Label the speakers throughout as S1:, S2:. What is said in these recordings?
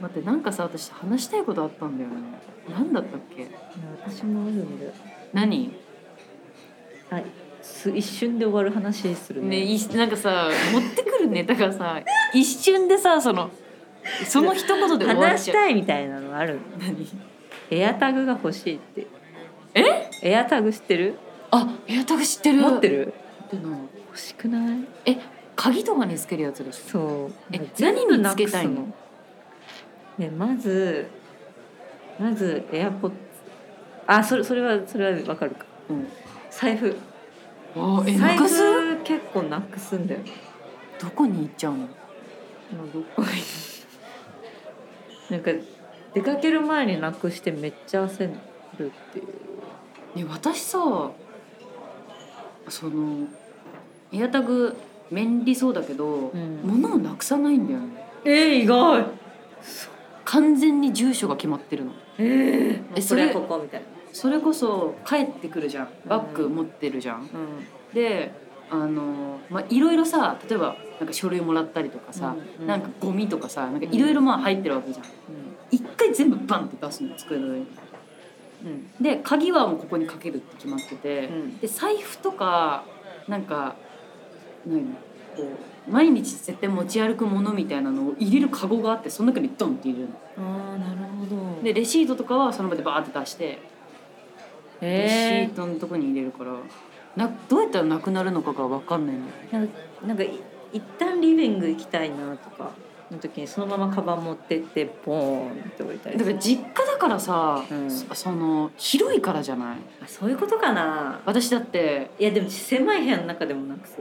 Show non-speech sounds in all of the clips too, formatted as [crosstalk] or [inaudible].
S1: 待ってなんかさ私話したいことあったんだよね何だったっけ
S2: 私もあるんだよ
S1: 何
S2: はいす一瞬で終わる話する
S1: ねいなんかさ持ってくるネタがさ一瞬でさそのその一言で終わっ
S2: 話
S1: ち
S2: し
S1: ゃう
S2: たいみたいなのある
S1: 何
S2: エアタグが欲しいって
S1: え
S2: エアタグ知ってる
S1: あエアタグ知ってる
S2: 持って
S1: る
S2: る欲しくない
S1: え鍵とかにつけるやつでしょ
S2: そう
S1: え
S2: 全部
S1: 何につけたいの
S2: なくすのねまずまずエアポッあそれそれはそれはわかるか
S1: うん
S2: 財布
S1: あえな
S2: 財
S1: くす
S2: 布結構なくすんだよ
S1: どこに行っちゃうの
S2: まあどこに [laughs] なんか出かける前になくしてめっちゃ焦るっていう
S1: ね私さそのエアタグ便利そうだけど、
S2: ん
S1: 物をなくさないんだよね
S2: えー、意外
S1: 完全に住所が決まってるの
S2: えー、
S1: え
S2: え
S1: そ
S2: そ
S1: れ
S2: れここみたいな
S1: それこそ帰ってくるじゃんバッグ
S2: うん
S1: 持ってるじゃん、
S2: うん
S1: であのまあいろいろさ例えばなんか書類もらったりとかさ、
S2: うん
S1: なんかゴミとかさなんかいろいろまあ入ってるわけじゃん一回全部バンって出すの机の上に
S2: うん
S1: で鍵はもうここにかけるって決まってて、
S2: うん
S1: で財布とかなんか何こう毎日絶対持ち歩くものみたいなのを入れるカゴがあってその中にドンって入れるの
S2: ああなるほど
S1: でレシートとかはその場でバーって出して、レシ
S2: え
S1: ートのとこに入れるからなどうやったらなくなるのかが分かんないんだよ
S2: ー、なんかなんかい一旦リビング行きたいなとかの時にそのままカバン持ってってボーンって置いたり
S1: だから実家だからさ、
S2: うん
S1: そその広いからじゃない
S2: あそういうことかな
S1: 私だって
S2: いやでも狭い部屋の中でもなくす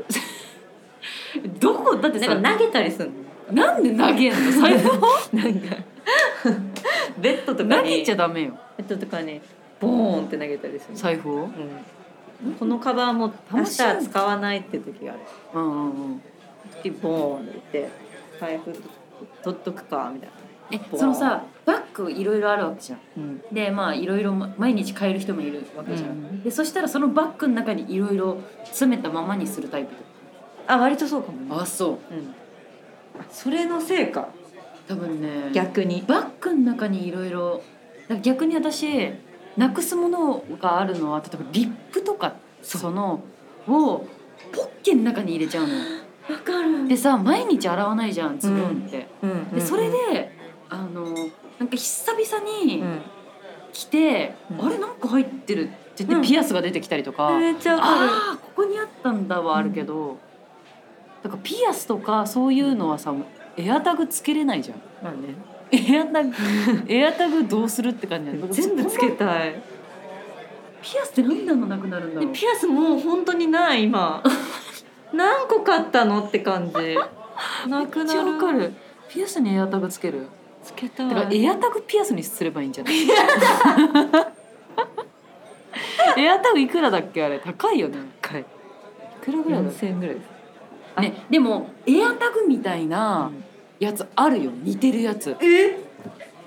S1: どこだってさ
S2: なんか投げたりする
S1: なんで投げんの財
S2: [laughs]
S1: 布を
S2: のなんかベッドとか
S1: 投
S2: に
S1: げちゃダメよ
S2: ベッドとかにボーンって投げたりする
S1: 財布を
S2: うん、このカバンも明日は使わないって時がある
S1: うんうんうん
S2: 時ボーンって言って財布取っとくかみたいな、
S1: えそのさバッグいろいろあるわけじゃん
S2: うん、
S1: でまあいろいろま毎日買える人もいるわけじゃん、
S2: うん
S1: でそしたらそのバッグの中にいろいろ詰めたままにするタイプ
S2: あ割とそうかもね
S1: そう
S2: うん、それのせいか
S1: 多分ね
S2: 逆に
S1: バッグの中にいろいろ逆に私なくすものがあるのは例えばリップとか
S2: そう
S1: そのをポッケの中に入れちゃうのよ
S2: わかる
S1: でさ毎日洗わないじゃんズボンって、
S2: うん
S1: でそれであのなんか久々に
S2: うん
S1: 着て、
S2: うん
S1: あれなんか入ってるって言っ
S2: うん
S1: てピアスが出てきたりとか、
S2: めっちゃわか
S1: ああここにあったんだはあるけど、だからピアスとかそういうのはさエアタグつけれないじゃん
S2: るまあね
S1: エアタグエアタグどうするって感じなの
S2: 全部つけたい
S1: ピアスって何であんななくなるんだ
S2: で
S1: ろう
S2: ピアスもう本当にない [laughs] 今何個買ったのって [laughs] 感じなく
S1: めっち
S2: な
S1: ゃ
S2: る
S1: わかるピアスにエアタグつける
S2: つけた
S1: だ
S2: い
S1: からエアタグピアスにすればいいんじゃないエアタグいくらだっけあれ高いよね
S2: 回
S1: いくらぐらいだっけ
S2: 4000円ぐらいですあ
S1: ね、でもエアタグみたいなやつあるよ似てるやつ
S2: え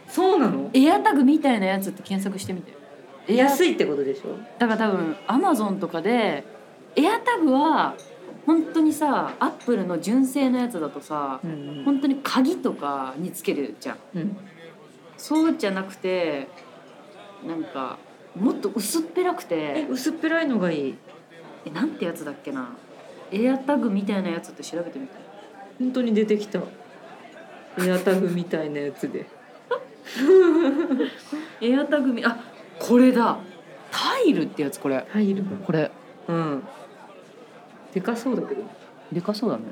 S2: そうなの
S1: エアタグみたいなやつって検索してみて
S2: 安
S1: い
S2: いってことでしょ
S1: だから多分アマゾンとかでエアタグは本当にさアップルの純正のやつだとさ
S2: うん
S1: 本当に鍵とかにつけるじゃん
S2: うん
S1: そうじゃなくてなんかもっと薄っぺらく
S2: え
S1: て
S2: 薄っぺらいのがいい
S1: えなんてやつだっけなエアタグみたいなやつって調べてみて
S2: 本当に出てきたエアタグみたいなやつで
S1: エアタグみあこれだタイルってやつこれ
S2: 入る
S1: これ
S2: うんでかそうだけど
S1: でかそうだね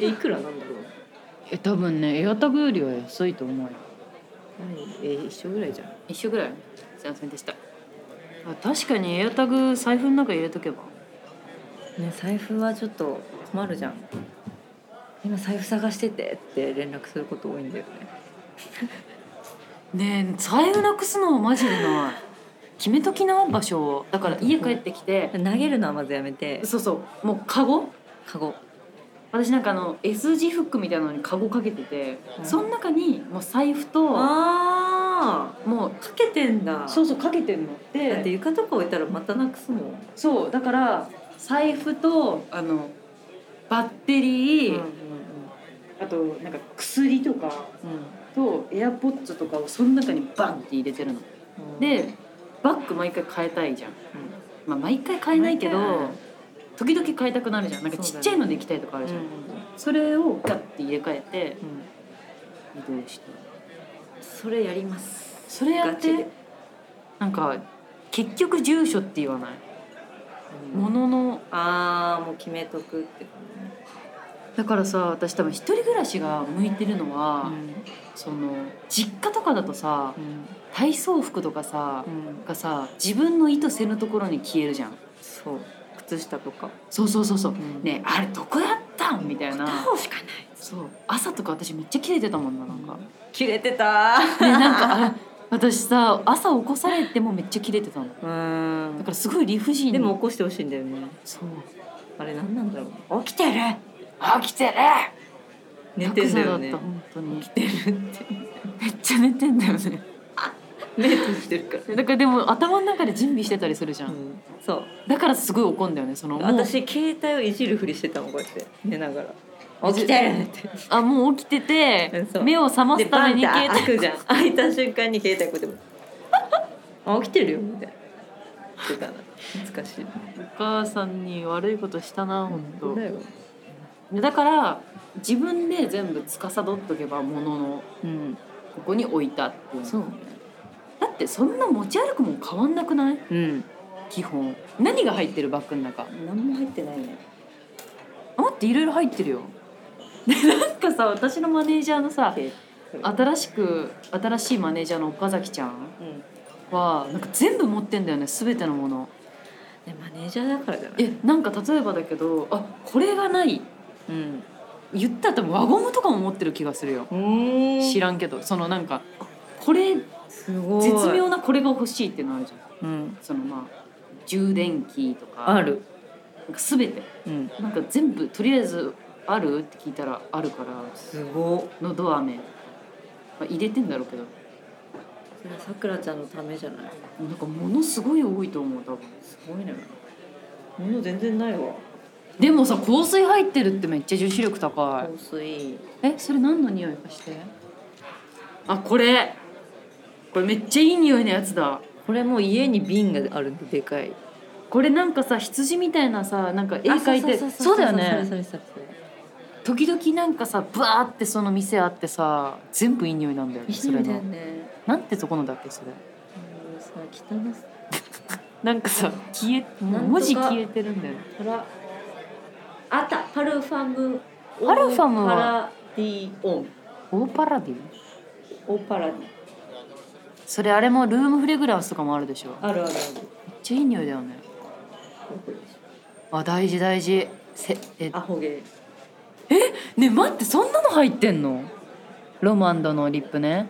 S2: えいくらなんだろう
S1: え多分ねエアタグよりは安いと思うよ
S2: え一緒ぐらいじゃん
S1: 一緒ぐらいすいませんでしたあ確かにエアタグ財布の中入れとけば
S2: ね財布はちょっと困るじゃん今財布探しててって連絡すること多いんだよね
S1: ねえ財布なくすのはマジでない [laughs] 決めときな場所をだから家帰ってきて
S2: 投げるのはまずやめて
S1: そうそうもうカゴ
S2: カゴ
S1: 私なんかあの S 字フックみたいなのにカゴかけてて、
S2: うん
S1: その中にもう財布と
S2: あ
S1: もう
S2: あかけてんだ
S1: そうそうかけてんの
S2: だって
S1: で
S2: 床とか置いたらまたなくすもん、
S1: そうだから財布とあのバッテリー、
S2: ん
S1: あとなんか薬とかとエアポッツとかをその中にバンって入れてるの。
S2: うん、
S1: でバッグ毎回変えたいじゃん。まあ毎回変えないけど
S2: 毎回
S1: 時々変えたくなるじゃん。なんかちっちゃいので行きたいとかあ
S2: う
S1: る
S2: ん、
S1: じ
S2: う
S1: ゃん。
S2: ん
S1: それをガッて入れ替えて
S2: うん、
S1: 移動して。
S2: それやります
S1: それやっ
S2: ガチで
S1: てなんか結局住所って言わない。
S2: も
S1: ものの
S2: ああもう決めとくってことね
S1: だからさ私多分一人暮らしが向いてるのは、その実家とかだとさ
S2: うん
S1: 体操服とかさ
S2: う、ん
S1: がさ自分の意図せぬところに消えるじゃん
S2: そう靴下とか
S1: そうそうそうそう、
S2: ん
S1: ねえあれどこやったんみたいな
S2: 片方しかない
S1: そう朝とか私めっちゃ切れてたもんななんか、ね
S2: 切れてた
S1: なんかあれ私さ朝起こされてもめっちゃ切れてたのだ
S2: うーん
S1: からすごい理不尽に
S2: でも起こしてほしいんだよね
S1: そう
S2: あれ何なんだろう
S1: 起きてる起きてる
S2: 寝てんだよね
S1: ヤクザだった本当に
S2: 寝てるって
S1: めっちゃ寝てんだよね
S2: メイクしてるか
S1: だからでも頭の中で準備してたりするじゃ
S2: ら、
S1: ん、
S2: うん、そう
S1: だからすごい怒んだよねそのもう
S2: 私携帯をいじるふりしてたもんこうやって寝ながら起きてるって
S1: あもう起きてて
S2: そう
S1: 目を覚ます
S2: で
S1: た
S2: バン
S1: め
S2: っ
S1: に
S2: て
S1: 携
S2: 開
S1: 帯
S2: くじゃん開いた瞬間に携帯こうやってあ起きてるよみたいな言ってたな懐かしい
S1: お母さんに悪いことしたな本当、
S2: だよ
S1: だから自分で全部司っとけばものの
S2: うん
S1: ここに置いたっていう
S2: そう
S1: だってそんな持ち歩くもん変わんなくない
S2: うん
S1: 基本何が入ってるバッグの中
S2: 何も入ってないね
S1: あ待っていろいろ入ってるよ [laughs] でなんかさ私のマネージャーのさ新しく新しいマネージャーの岡崎ちゃん
S2: うん
S1: はなんか全部持ってんだよね全てのもの
S2: でマネージャーだからじゃない
S1: えなんか例えばだけどあこれがない
S2: うん
S1: 言ったら多分輪ゴムとかも持ってる気がするよ知
S2: ら
S1: らんけどそのなんかこれ
S2: すごい
S1: 絶妙なこれが欲しいっていうのあるじゃん
S2: うん
S1: そのまあ充電器とか
S2: ある
S1: なんか全て
S2: うん
S1: なんか全部とりあえずあるって聞いたらあるから
S2: すご
S1: のど飴、まあ、入れてんだろうけど
S2: それはさくらちゃんのためじゃない
S1: なんかものすごい多いと思う多分
S2: すごいね物全然ないわ
S1: でもさ香水入ってるってめっちゃ女子力高
S2: 香
S1: い
S2: 水
S1: えそれ何の匂いかしてあこれこれめっちゃいい匂いのやつだ
S2: これもう家に瓶があるんででかい
S1: これなんかさ羊みたいなさなんか絵描いて
S2: あ
S1: そうだよ
S2: そ
S1: ね
S2: れそれそれそれ
S1: 時々なんかさブワーってその店あってさ全部いい匂いなんだよねそれ
S2: だよ
S1: の
S2: ね
S1: なんてとこのだっけそれ
S2: もうさ汚す
S1: なんかさ消え
S2: んとか
S1: 文字消えてるんだよね
S2: パラあったパルファム
S1: パルファムは
S2: パラディオン
S1: オーパラディ
S2: オパラディ
S1: それあれもルームフレグランスとかもあるでしょめっ
S2: あるある
S1: ちゃいい匂いだよね
S2: ある
S1: あ大事大事せえ
S2: アホゲ
S1: ね待ってそんなの入ってんのロマンドのリップね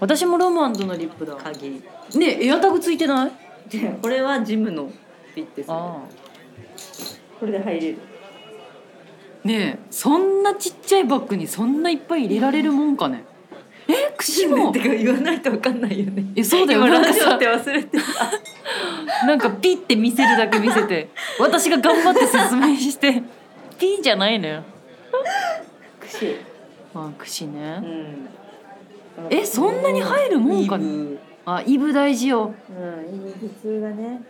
S1: 私もロマンドのリップだ
S2: 鍵
S1: ねエアタグついてない
S2: で [laughs] これはジムのピッてする
S1: ああ
S2: これで入れる
S1: ねえそんなちっちゃいバッグにそんないっぱぱい入れられるもんかねえ串
S2: ジムっ
S1: も
S2: てか言わ [laughs] ないとわかんないよね
S1: えそうだよ
S2: 今
S1: なん
S2: ラ
S1: か
S2: ジ
S1: さ
S2: オって忘れ [laughs] てた
S1: なんかピッて見せるだけ見せて私が頑張って説明してピーじゃないのよ
S2: 串
S1: あ串
S2: う
S1: ね
S2: ん
S1: えそんなに入るもんかね
S2: イブ
S1: あイブ大事よ
S2: うんイブ普通がね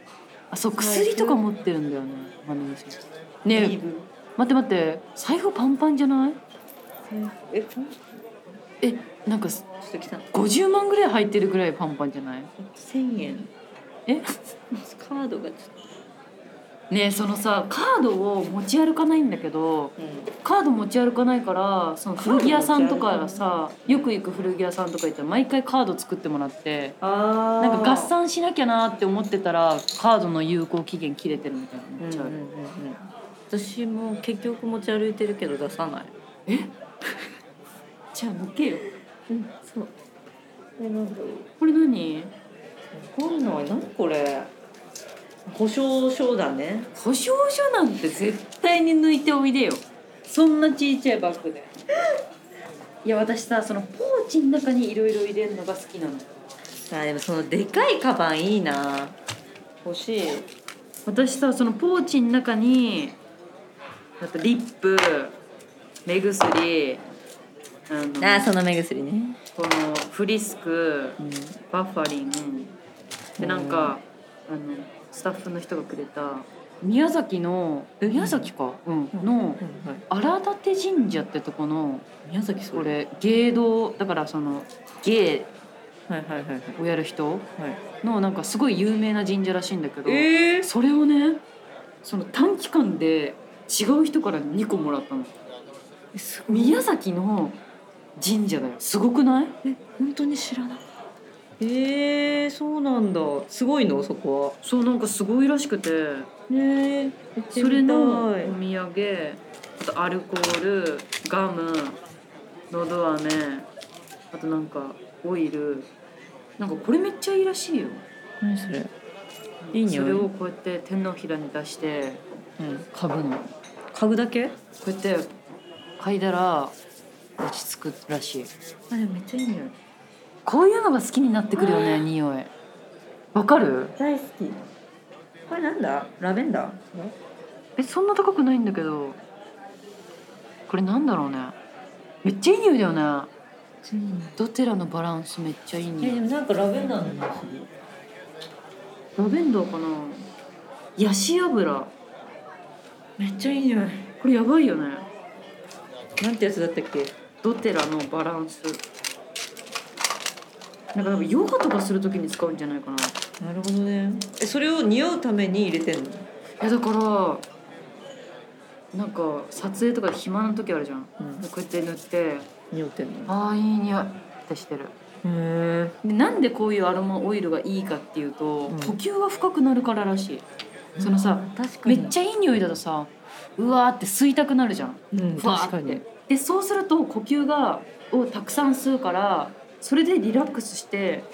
S1: あそう薬とか持ってるんだよねマネージャーね
S2: イ
S1: え
S2: ブ
S1: 待って待って財布パンパンじゃない
S2: えちょっ
S1: えなんか
S2: と来た
S1: 50万ぐらい入ってるぐらいパンパンじゃない
S2: 1000円
S1: え
S2: カードがちょっ
S1: ねえそのさカードを持ち歩かないんだけど
S2: と、
S1: カード持ち歩かないからその古着屋さんとかがさよく行く古着屋さんとか行ったら毎回カード作ってもらって
S2: あ
S1: なんか合算しなきゃなって思ってたらカードの有効期限切れてるみたいなのめっちゃある、
S2: 私も結局持ち歩いてるけど出さない
S1: じゃあ抜けよ
S2: うんそうえなんだろう
S1: これ何
S2: わかんない何これ保証書だね
S1: 保証書なんて絶対に抜いておいでよそんなちいちゃいバッグでいや私さそのポーチの中にいろいろ入れるのが好きなの
S2: あでもそのでかいカバンいいな欲しい
S1: 私さそのポーチの中にあとリップ目薬あの
S2: あーその目薬ね、
S1: このフリスク
S2: うん、
S1: バッファリンでなんかあのスタッフの人がくれた宮崎のえ宮崎か、うん
S2: うん
S1: の
S2: はいはい
S1: 荒立神社ってとこの
S2: 宮崎そ
S1: こ
S2: れ
S1: れ芸道だからその芸
S2: はいはいはいはい
S1: をやる人
S2: はい
S1: のなんかすごい有名な神社らしいんだけど、
S2: え
S1: それをねその短期間で違う人から2個もらったの
S2: ー、すごい
S1: 宮崎の神社だよすごくない
S2: え本当に知らなかったえー、そうなんだすごいのそこ
S1: そうなんかすごいらしくて
S2: はねえ行って
S1: それ
S2: みた
S1: のお土
S2: い
S1: 産あとアルコールガムのど飴あとなんかオイルなんかこれめっちゃいいらしいよ
S2: 何それいい匂
S1: そ
S2: い
S1: れをこうやって手のひらに出して
S2: うん
S1: 嗅ぐのこ
S2: 家具だけ
S1: うやって嗅いだら落ち着くらしい
S2: あでもめっちゃいい匂い
S1: こういうのが好きになってくるよね匂いわかる
S2: 大好きこれなんだラベンダー
S1: えそんな高くないんだけどこれなんだろうねめっちゃいい匂いだよねドテラのバランスめっちゃいい
S2: え
S1: 匂
S2: で
S1: い
S2: もなんかラベンダーの匂いする
S1: ラベンダーかなヤシ油
S2: めっちゃいい匂い
S1: これやばいよね
S2: なんてやつだったっけ
S1: ドテラのバランスなんか多分ヨガとかするときに使うんじゃないかない
S2: なるほどねえそれを匂うために入れてんの
S1: やだからなんか撮影とかで暇な時あるじゃんこ
S2: うん
S1: うやって塗って
S2: 匂ってんの
S1: ああいい匂いってしてる
S2: へ
S1: でなんでこういうアロマオイルがいいかっていうと、
S2: うん
S1: 呼吸が深くなるかららしいそのさ
S2: 確か
S1: め
S2: に
S1: っちゃいい匂いだとさうわーって吸いたくなるじゃん
S2: うん
S1: ふわ
S2: 確か
S1: ーっ
S2: に
S1: てでそうすると呼吸がをたくさん吸うからそれでリラックスして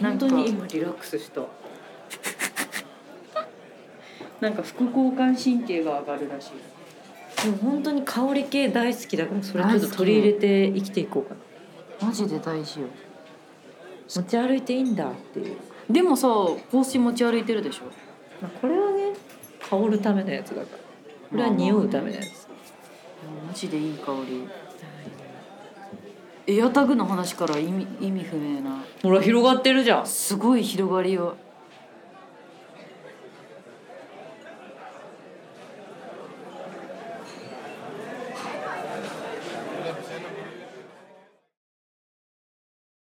S2: 本当
S1: なん
S2: に
S1: か
S2: 今リラックスした
S1: なんか副交感神経が上がるらしい
S2: でも本当に香り系大好きだからそれちょっと取り入れて生きていこうかな
S1: マジで大事よ
S2: 持ち歩いていいんだっていう、
S1: でもさ香水持ち歩いてるでしょ
S2: まあ、これはね香るためのやつだからこれは匂うためのやつ、
S1: マジでいい香りエアタグの話から意味意味不明な
S2: ほら広がってるじゃん
S1: すごい広がりを